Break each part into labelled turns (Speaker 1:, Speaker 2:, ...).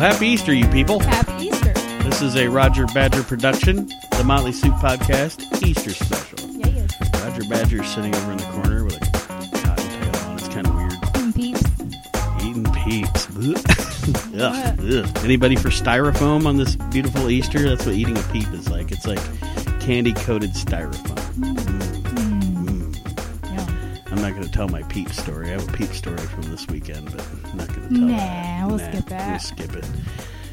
Speaker 1: Happy Easter, you people.
Speaker 2: Happy Easter.
Speaker 1: This is a Roger Badger production, the Motley Soup Podcast Easter special.
Speaker 2: Yeah, yeah.
Speaker 1: Roger Badger is sitting over in the corner with a cottontail on. It's kind of weird.
Speaker 2: Mm, Peeps.
Speaker 1: Eating peeps. Ugh. Ugh. Ugh. Anybody for styrofoam on this beautiful Easter? That's what eating a peep is like. It's like candy coated styrofoam.
Speaker 2: Yeah.
Speaker 1: I'm not going to tell my peep story. I have a peep story from this weekend, but I'm not going to tell
Speaker 2: Nah,
Speaker 1: that.
Speaker 2: we'll skip that.
Speaker 1: We'll skip it.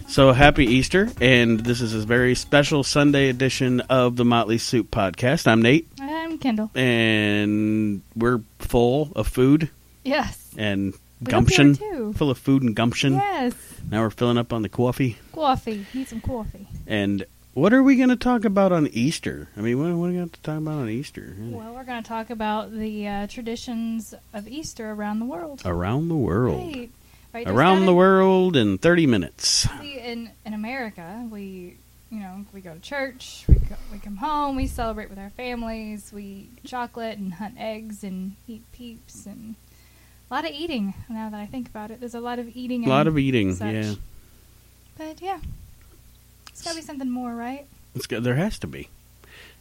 Speaker 1: So happy Easter, and this is a very special Sunday edition of the Motley Soup Podcast. I'm Nate,
Speaker 2: I'm Kendall.
Speaker 1: and we're full of food
Speaker 2: Yes.
Speaker 1: and
Speaker 2: We hope you are
Speaker 1: gumption.
Speaker 2: too.
Speaker 1: Full of food and gumption.
Speaker 2: Yes.
Speaker 1: Now we're filling up on the coffee.
Speaker 2: Coffee. Need some coffee.
Speaker 1: And what are we going to talk about on Easter? I mean, what, what are we going to talk about on Easter?
Speaker 2: Well, we're going to talk about the uh, traditions of Easter around the world.
Speaker 1: Around the world.
Speaker 2: Right. Right, there's
Speaker 1: Around the
Speaker 2: gotta
Speaker 1: world in 30 minutes.
Speaker 2: be- in, in America, we, you know, we go to church, we, go, we come home, we celebrate with our families, we eat chocolate and hunt eggs and eat peeps and a lot of eating now that I think about it. There's a lot of eating.
Speaker 1: A lot
Speaker 2: and
Speaker 1: of eating,
Speaker 2: such.
Speaker 1: yeah.
Speaker 2: But yeah, it's got to be something more, right?
Speaker 1: It's got, there has to be.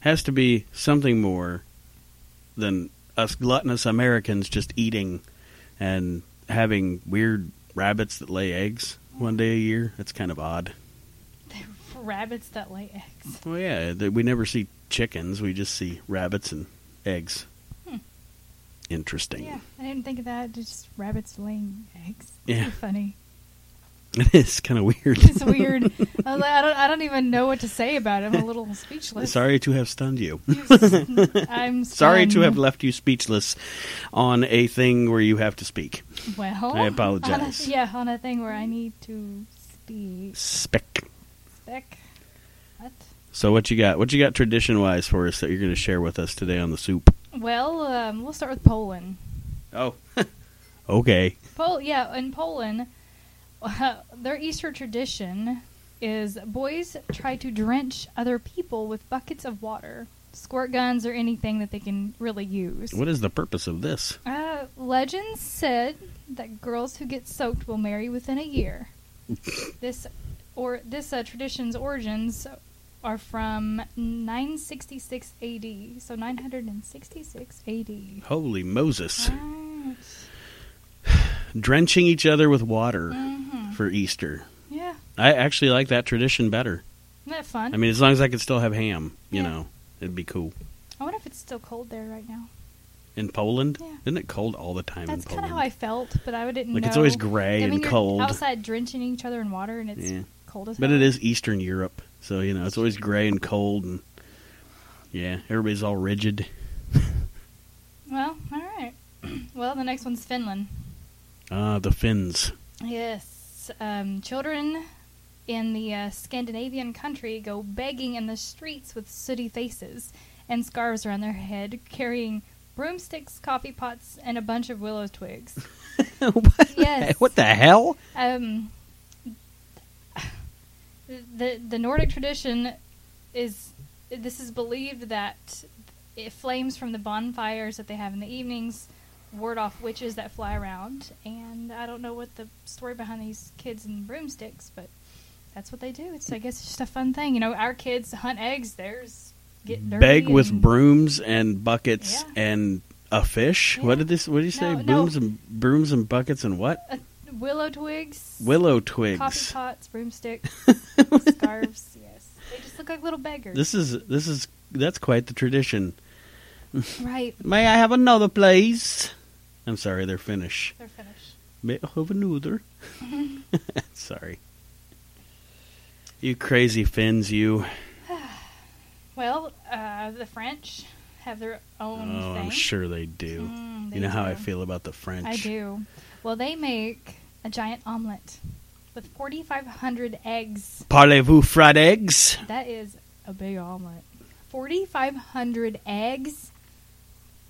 Speaker 1: Has to be something more than us gluttonous Americans just eating and having weird rabbits that lay eggs one day a year. That's kind of odd.
Speaker 2: Rabbits that lay eggs.
Speaker 1: Well, yeah, th- we never see chickens. We just see rabbits and eggs.
Speaker 2: Hmm.
Speaker 1: Interesting.
Speaker 2: Yeah, I didn't think of that. Just rabbits laying eggs.
Speaker 1: Yeah.
Speaker 2: Pretty funny.
Speaker 1: It is kind of weird.
Speaker 2: It's weird. I, was like, I don't. I don't even know what to say about it. I'm a little speechless.
Speaker 1: Sorry to have stunned you.
Speaker 2: I'm
Speaker 1: Sorry to
Speaker 2: stunned.
Speaker 1: have left you speechless on a thing where you have to speak.
Speaker 2: Well,
Speaker 1: I apologize.
Speaker 2: on a- yeah, on a thing where I need to speak.
Speaker 1: Spec.
Speaker 2: Spec. What?
Speaker 1: So what you got? What you got tradition wise for us that you're going to share with us today on the soup?
Speaker 2: Well, um, we'll start with Poland.
Speaker 1: Oh, okay.
Speaker 2: Pol- yeah, in Poland, their Easter tradition is boys try to drench other people with buckets of water, squirt guns, or anything that they can really use.
Speaker 1: What is the purpose of this?
Speaker 2: Uh, legends said that girls who get soaked will marry within a year. this or this uh, tradition's origins are from 966 AD. So 966 AD.
Speaker 1: Holy Moses!
Speaker 2: Right.
Speaker 1: Drenching each other with water
Speaker 2: Mhm.
Speaker 1: for Easter.
Speaker 2: Yeah,
Speaker 1: I actually like that tradition better.
Speaker 2: isn't that fun?
Speaker 1: I mean, as long as I could still have ham, you
Speaker 2: Yeah.
Speaker 1: know, it'd be cool.
Speaker 2: I wonder if it's still cold there right now.
Speaker 1: In Poland,
Speaker 2: Yeah.
Speaker 1: isn't it cold all the time
Speaker 2: That's
Speaker 1: in
Speaker 2: kind
Speaker 1: Poland?
Speaker 2: of how I felt, but I didn't
Speaker 1: like
Speaker 2: know.
Speaker 1: it's always
Speaker 2: I
Speaker 1: gray
Speaker 2: mean,
Speaker 1: and
Speaker 2: you're
Speaker 1: cold,
Speaker 2: outside drenching each other in water, and it's
Speaker 1: Yeah.
Speaker 2: cold as
Speaker 1: but
Speaker 2: hell.
Speaker 1: it is Eastern Europe, so you know it's always gray and cold, and yeah, everybody's all rigid.
Speaker 2: Well, all right. well, the next one's Finland.
Speaker 1: Ah, the Finns.
Speaker 2: Yes, um, children in the uh, Scandinavian country go begging in the streets with sooty faces and scarves around their head, carrying broomsticks, coffee pots, and a bunch of willow twigs.
Speaker 1: what?
Speaker 2: Yes.
Speaker 1: What the hell?
Speaker 2: Um, the the Nordic tradition is this is believed that it flames from the bonfires that they have in the evenings ward off witches that fly around and I don't know what the story behind these kids and broomsticks but that's what they do it's I guess it's just a fun thing you know our kids hunt eggs theirs get dirty
Speaker 1: Beg with
Speaker 2: and-
Speaker 1: brooms and buckets
Speaker 2: Yeah.
Speaker 1: and a fish.
Speaker 2: Yeah.
Speaker 1: What did this? What did you say?
Speaker 2: No, no.
Speaker 1: brooms and brooms and buckets and what?
Speaker 2: uh, willow twigs
Speaker 1: Willow
Speaker 2: coffee
Speaker 1: twigs.
Speaker 2: pots broomsticks scarves yes they just look like little beggars
Speaker 1: This is this is that's quite the tradition.
Speaker 2: right
Speaker 1: May I have another, please? I'm sorry, they're Finnish.
Speaker 2: They're finished.
Speaker 1: May I have another? sorry. You crazy Finns, you.
Speaker 2: Well, uh, the French have their own
Speaker 1: oh,
Speaker 2: thing.
Speaker 1: I'm sure they do.
Speaker 2: Mm, they
Speaker 1: you know how I
Speaker 2: do.
Speaker 1: feel about the French.
Speaker 2: I do. Well, they make a giant omelet with 4,500 eggs.
Speaker 1: Parlez-vous fried eggs?
Speaker 2: That is a big omelet. 4,500 eggs?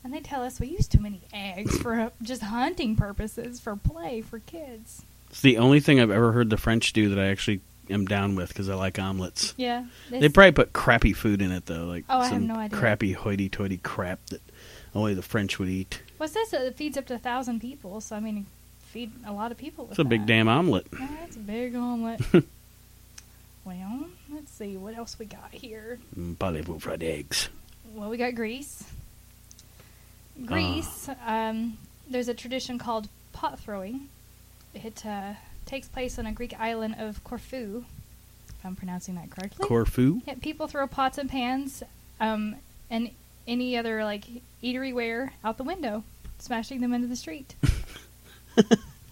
Speaker 2: And they tell us we use too many eggs for uh, just hunting purposes, for play, for kids.
Speaker 1: It's the only thing I've ever heard the French do that I actually am down with because I like omelets.
Speaker 2: Yeah.
Speaker 1: They probably put crappy food in it though, like
Speaker 2: Oh, I have
Speaker 1: some
Speaker 2: no idea.
Speaker 1: crappy hoity-toity crap that only the French would eat.
Speaker 2: What's this? It feeds up to a 1,000 people, so I mean, it feed a lot of people. With
Speaker 1: It's a big
Speaker 2: that.
Speaker 1: damn omelet.
Speaker 2: That's a big omelet. well, let's see what else we got here.
Speaker 1: Mm, Probably will fried eggs.
Speaker 2: Well, we got Greece. Greece. Um, there's a tradition called pot throwing. It uh, takes place on a Greek island of Corfu, if I'm pronouncing that correctly.
Speaker 1: Corfu.
Speaker 2: Yeah, people throw pots and pans um, and any other like eatery ware out the window, smashing them into the street.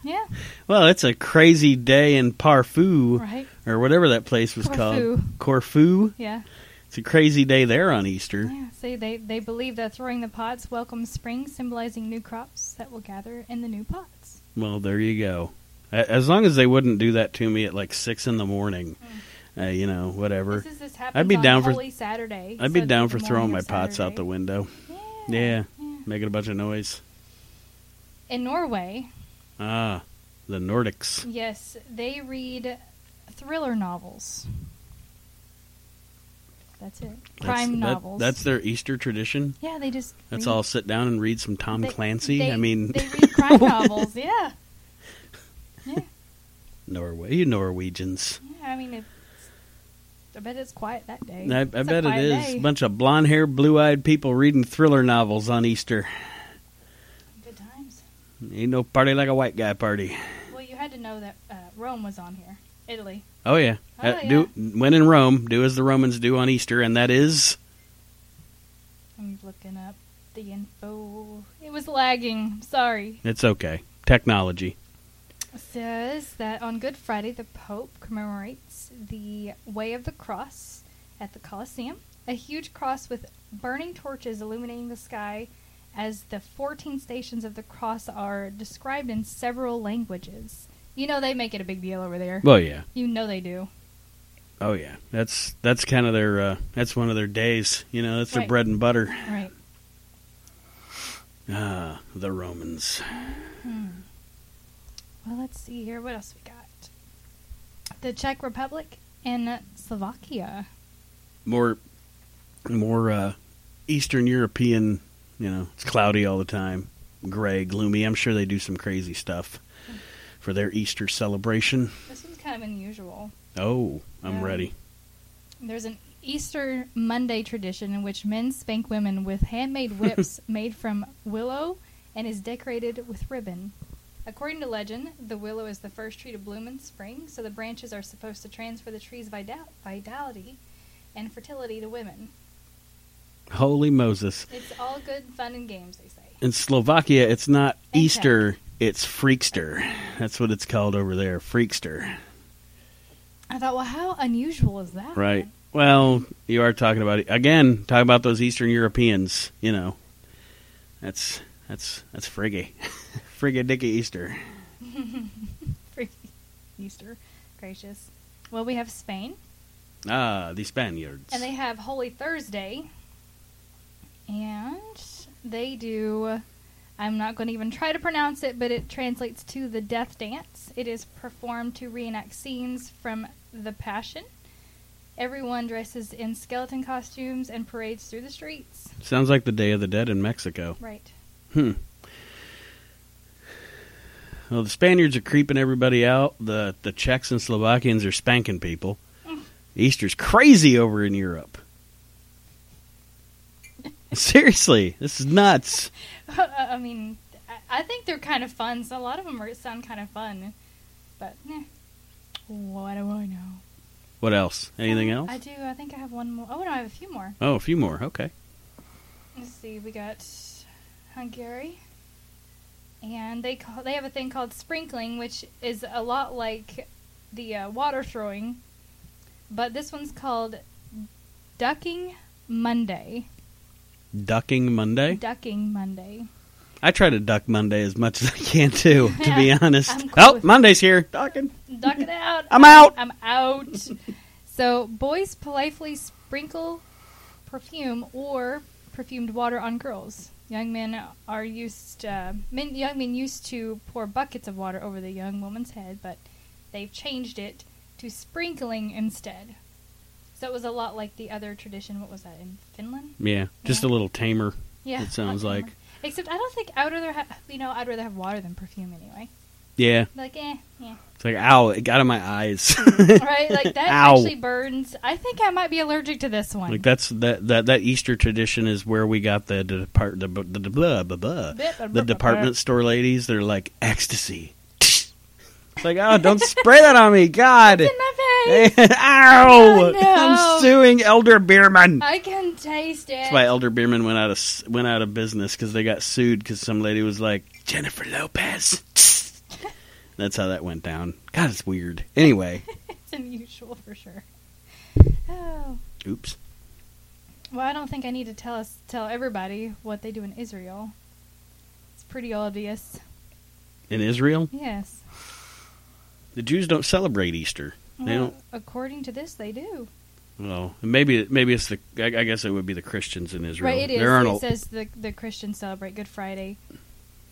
Speaker 2: yeah,
Speaker 1: Well, it's a crazy day in Parfu
Speaker 2: right.
Speaker 1: or whatever that place was
Speaker 2: Corfu.
Speaker 1: called. Corfu.
Speaker 2: Yeah,
Speaker 1: It's a crazy day there on Easter.
Speaker 2: yeah. See, they they believe that throwing the pots welcomes spring, symbolizing new crops that will gather in the new pots.
Speaker 1: Well, there you go. A- As long as they wouldn't do that to me at like six in the morning, uh, you know, whatever.
Speaker 2: This Hmm. is, this happens I'd
Speaker 1: be
Speaker 2: be down
Speaker 1: down for-
Speaker 2: Holy Saturday.
Speaker 1: I'd be
Speaker 2: so
Speaker 1: down
Speaker 2: the
Speaker 1: for
Speaker 2: morning
Speaker 1: throwing my
Speaker 2: of
Speaker 1: pots out the
Speaker 2: Saturday.
Speaker 1: window,
Speaker 2: Yeah.
Speaker 1: Yeah.
Speaker 2: yeah.
Speaker 1: making a bunch of noise.
Speaker 2: In Norway,
Speaker 1: Ah, the Nordics.
Speaker 2: yes, they read thriller novels. That's it.
Speaker 1: that-
Speaker 2: Crime novels.
Speaker 1: that's their Easter tradition.
Speaker 2: yeah. They just
Speaker 1: That's
Speaker 2: read-
Speaker 1: all. Sit down and read some Tom
Speaker 2: They-
Speaker 1: Clancy.
Speaker 2: they-
Speaker 1: I mean,
Speaker 2: they read crime novels. Yeah. yeah.
Speaker 1: Norway, you Norwegians.
Speaker 2: Yeah. I mean, it's, I bet it's quiet that day.
Speaker 1: I, I
Speaker 2: It's a
Speaker 1: bet it
Speaker 2: quiet
Speaker 1: is.
Speaker 2: day.
Speaker 1: bunch of blonde haired, blue eyed people reading thriller novels on Easter.
Speaker 2: Good times.
Speaker 1: Ain't no party like a white guy party.
Speaker 2: Well, you had to know that uh, Rome was on here. Italy.
Speaker 1: Oh yeah.
Speaker 2: Oh,
Speaker 1: Uh, Do when in Rome, do as the Romans do on Easter, and that is
Speaker 2: I'm looking up the info. It was lagging. Sorry.
Speaker 1: it's okay. Technology.
Speaker 2: says that on Good Friday, the Pope commemorates the Way of the Cross at the Colosseum, a huge cross with burning torches illuminating the sky, as the 14 stations of the cross are described in several languages. You know, they make it a big deal over there.
Speaker 1: Well yeah.
Speaker 2: You know, they do.
Speaker 1: Oh yeah. That's that's kind of their uh, that's one of their days. You know, that's their
Speaker 2: Right.
Speaker 1: bread and butter.
Speaker 2: Right.
Speaker 1: Ah, the Romans.
Speaker 2: Hmm. Well, let's see here. What else we got? The Czech Republic and Slovakia.
Speaker 1: More more uh, Eastern European, you know, it's cloudy all the time. Gray, gloomy. I'm sure they do some crazy stuff for their Easter celebration.
Speaker 2: This one's kind of unusual.
Speaker 1: Oh, I'm
Speaker 2: Yeah.
Speaker 1: ready.
Speaker 2: There's an Easter Monday tradition in which men spank women with handmade whips made from willow and is decorated with ribbon. According to legend, the willow is the first tree to bloom in spring, so the branches are supposed to transfer the tree's vida- vitality and fertility to women.
Speaker 1: Holy Moses.
Speaker 2: It's all good fun and games, they say.
Speaker 1: In Slovakia, it's not
Speaker 2: Thank you.
Speaker 1: Easter, it's Freakster. That's what it's called over there, Freakster.
Speaker 2: I thought, well, how unusual is that?
Speaker 1: Right. Well, you are talking about again, talking about those Eastern Europeans, you know. That's that's that's friggy. friggy dicky Easter.
Speaker 2: Easter, gracious. Well, we have Spain.
Speaker 1: Ah, the Spaniards.
Speaker 2: And they have Holy Thursday. And they do, I'm not going to even try to pronounce it, but it translates to the death dance. It is performed to reenact scenes from The Passion. Everyone dresses in skeleton costumes and parades through the streets.
Speaker 1: Sounds like the Day of the Dead in Mexico.
Speaker 2: Right.
Speaker 1: Hmm. Well, the Spaniards are creeping everybody out. The the Czechs and Slovakians are spanking people. Easter's crazy over in Europe. Seriously, this is nuts.
Speaker 2: I mean, I- I think they're kind of fun, so a lot of them are, sound kind of fun. But, eh. What do I know?
Speaker 1: What else? Anything else?
Speaker 2: Um, I do. I think I have one more. Oh, no, I have a few more.
Speaker 1: Oh, a few more. Okay.
Speaker 2: Let's see, we got Hungary, and they call, they have a thing called sprinkling, which is a lot like the uh, water throwing, but this one's called Ducking Monday.
Speaker 1: Ducking Monday.
Speaker 2: Ducking Monday.
Speaker 1: I try to duck Monday as much as I can too, to be
Speaker 2: Yeah,
Speaker 1: honest.
Speaker 2: I'm cool
Speaker 1: oh,
Speaker 2: with-
Speaker 1: Monday's here. Ducking.
Speaker 2: Duck it out.
Speaker 1: I'm out.
Speaker 2: I'm out. so boys politely sprinkle perfume or perfumed water on girls. Young men are used. Uh, men, young men used to pour buckets of water over the young woman's head, but they've changed it to sprinkling instead. So it was a lot like the other tradition. What was that in Finland?
Speaker 1: Yeah, just
Speaker 2: Yeah.
Speaker 1: a little tamer.
Speaker 2: Yeah,
Speaker 1: It sounds
Speaker 2: not
Speaker 1: like.
Speaker 2: Finland. Except I don't think I would rather have. You know, I'd rather have water than perfume anyway.
Speaker 1: Yeah.
Speaker 2: Like, eh, yeah.
Speaker 1: It's like, ow, it got in my eyes.
Speaker 2: Right? Like, that
Speaker 1: Ow.
Speaker 2: actually burns. I think I might be allergic to this one.
Speaker 1: like that's that, that that Easter tradition is where we got the depart the, the, the blah blah blah.
Speaker 2: Bit- blah, blah,
Speaker 1: The
Speaker 2: blah,
Speaker 1: department store ladies, they're like ecstasy. It's like, oh, don't spray that on me, God!
Speaker 2: It's in my face.
Speaker 1: Ow!
Speaker 2: Oh, no.
Speaker 1: I'm suing Elder Bierman.
Speaker 2: I can taste it.
Speaker 1: That's why Elder Bierman went out of s- went out of business because they got sued because some lady was like Jennifer Lopez. That's how that went down. God, it's weird. Anyway,
Speaker 2: It's unusual for sure. Oh.
Speaker 1: oops.
Speaker 2: Well, I don't think I need to tell us tell everybody what they do in Israel. It's pretty obvious.
Speaker 1: In Israel,
Speaker 2: Yes.
Speaker 1: the Jews don't celebrate Easter. They
Speaker 2: Well,
Speaker 1: don't.
Speaker 2: according to this, they do.
Speaker 1: Well, maybe maybe it's the. I, I guess it would be the Christians in Israel.
Speaker 2: Right, it is.
Speaker 1: There aren't
Speaker 2: It
Speaker 1: a-
Speaker 2: says the the Christians celebrate Good Friday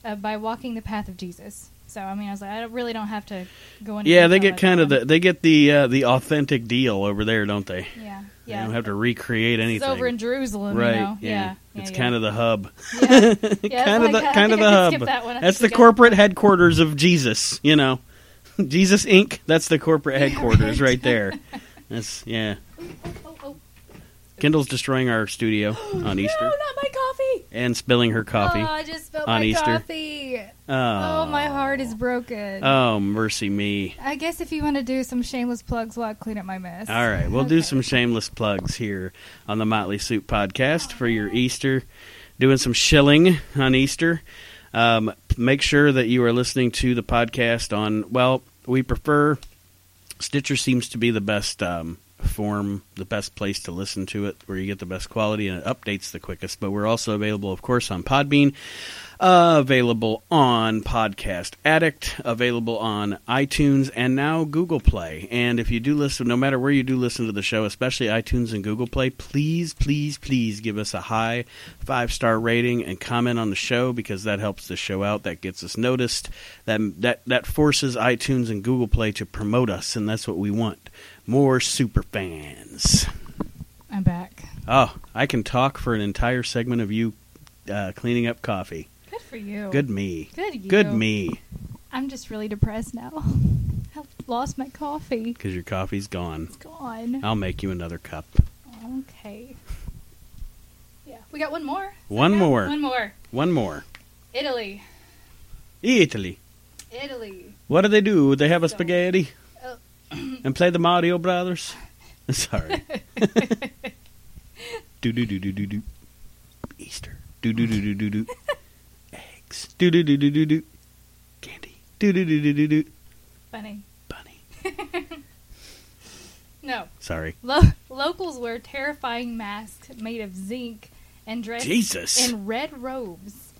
Speaker 2: uh, by walking the path of Jesus. So I mean, I was like, I don't, really don't have to go into.
Speaker 1: yeah, they get
Speaker 2: detail about
Speaker 1: kind of
Speaker 2: that.
Speaker 1: the they get the uh, the authentic deal over there, don't they?
Speaker 2: Yeah,
Speaker 1: They
Speaker 2: yeah.
Speaker 1: don't have to recreate anything.
Speaker 2: It's over in Jerusalem,
Speaker 1: right?
Speaker 2: You know? Yeah,
Speaker 1: yeah. It's kind of the hub.
Speaker 2: of yeah. Yeah,
Speaker 1: kind of the
Speaker 2: that's like- I
Speaker 1: kind of
Speaker 2: think
Speaker 1: the
Speaker 2: I could skip
Speaker 1: hub.
Speaker 2: that one. I
Speaker 1: That's the
Speaker 2: think we got-
Speaker 1: corporate headquarters of Jesus. You know, Jesus Inc. That's the corporate
Speaker 2: Yeah,
Speaker 1: headquarters
Speaker 2: right.
Speaker 1: right. there. That's yeah.
Speaker 2: Oh, oh, oh.
Speaker 1: Kendall's destroying our studio on
Speaker 2: No,
Speaker 1: Easter
Speaker 2: not my coffee.
Speaker 1: and spilling her coffee.
Speaker 2: Oh, I just spilled
Speaker 1: on
Speaker 2: my
Speaker 1: Easter.
Speaker 2: coffee.
Speaker 1: Oh,
Speaker 2: Oh, my heart is broken.
Speaker 1: Oh mercy me!
Speaker 2: I guess if you want to do some shameless plugs while I clean up my mess.
Speaker 1: All right, we'll do
Speaker 2: Okay.
Speaker 1: some shameless plugs here on the Motley Soup podcast for your Easter, doing some shilling on Easter. Um, make sure that you are listening to the podcast on. Well, we prefer Stitcher seems to be the best um, form, the best place to listen to it, where you get the best quality and it updates the quickest. But we're also available, of course, on Podbean, uh, available on Podcast Addict, available on iTunes, and now Google Play. And if you do listen, no matter where you do listen to the show, especially iTunes and Google Play, please, please, please give us a high five star rating and comment on the show because that helps the show out. That gets us noticed. That that that forces iTunes and Google Play to promote us, and that's what we want. More super fans.
Speaker 2: I'm back.
Speaker 1: Oh, I can talk for an entire segment of you uh, cleaning up coffee.
Speaker 2: Good for you.
Speaker 1: Good me.
Speaker 2: Good you.
Speaker 1: Good me.
Speaker 2: I'm just really depressed now. I've lost my coffee.
Speaker 1: Because your coffee's gone.
Speaker 2: It's gone.
Speaker 1: I'll make you another cup.
Speaker 2: Okay. Yeah, we got one more.
Speaker 1: One
Speaker 2: Yeah,
Speaker 1: more.
Speaker 2: One more.
Speaker 1: One more.
Speaker 2: Italy.
Speaker 1: Italy.
Speaker 2: Italy.
Speaker 1: What do they do? They have a
Speaker 2: Don't.
Speaker 1: spaghetti
Speaker 2: Oh.
Speaker 1: and play the Mario Brothers. Sorry. do do do do do do. Easter. Do do do do do do. Eggs. Do do do do do do. Candy. Do do do do do do.
Speaker 2: Funny.
Speaker 1: Bunny.
Speaker 2: No.
Speaker 1: Sorry.
Speaker 2: Lo- locals wear terrifying masks made of zinc and dress
Speaker 1: Jesus.
Speaker 2: in red robes.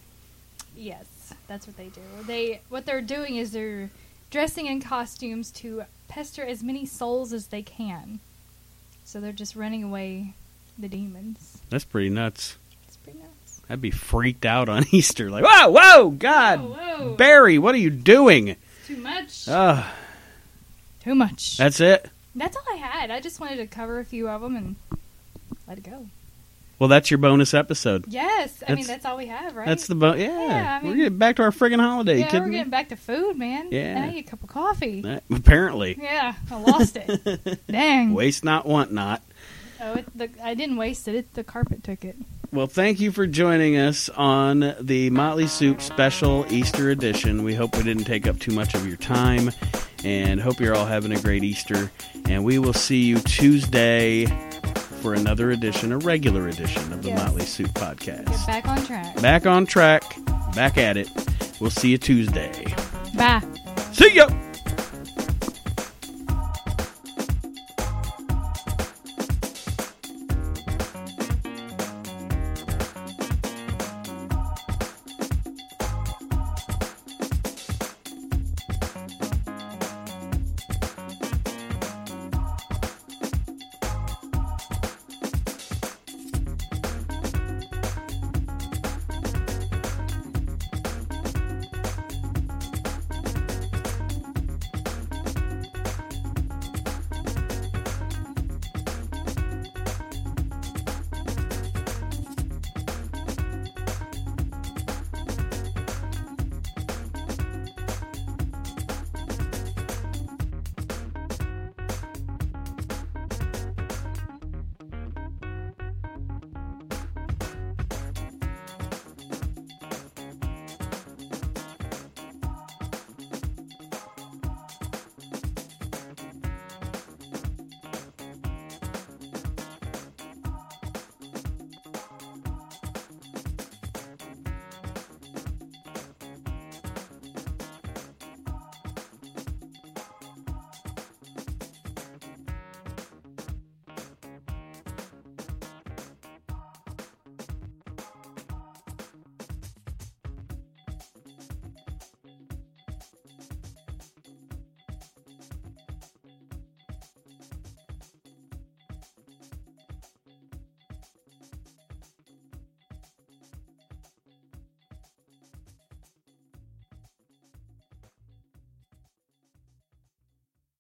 Speaker 2: Yes, that's what they do. They what they're doing is they're dressing in costumes to pester as many souls as they can. So they're just running away the demons.
Speaker 1: That's pretty nuts.
Speaker 2: It's pretty nuts.
Speaker 1: I'd be freaked out on Easter. Like, whoa, whoa, God,
Speaker 2: Whoa, whoa.
Speaker 1: Barry, what are you doing?
Speaker 2: Too much.
Speaker 1: Uh,
Speaker 2: Too much.
Speaker 1: that's it.
Speaker 2: That's all I had. I just wanted to cover a few of them and let it go.
Speaker 1: Well, that's your bonus episode.
Speaker 2: Yes, I mean
Speaker 1: That's-
Speaker 2: that's all we have, right?
Speaker 1: That's the bo- yeah.
Speaker 2: Yeah, I mean-
Speaker 1: we're getting back to our friggin' holiday.
Speaker 2: yeah,
Speaker 1: kidding
Speaker 2: we're
Speaker 1: me?
Speaker 2: getting back to food, man.
Speaker 1: Yeah.
Speaker 2: And I need a cup of coffee.
Speaker 1: Uh, apparently.
Speaker 2: Yeah, I lost it. Dang.
Speaker 1: Waste not, want not.
Speaker 2: Oh, it, the, I didn't waste it. it. The carpet took it.
Speaker 1: Well, thank you for joining us on the Motley Soup Special Easter Edition. We hope we didn't take up too much of your time and hope you're all having a great Easter. And we will see you Tuesday for another edition, a regular edition of the
Speaker 2: Yes.
Speaker 1: Motley Soup Podcast.
Speaker 2: Get back on track.
Speaker 1: back on track, back at it. We'll see you Tuesday.
Speaker 2: Bye.
Speaker 1: See ya!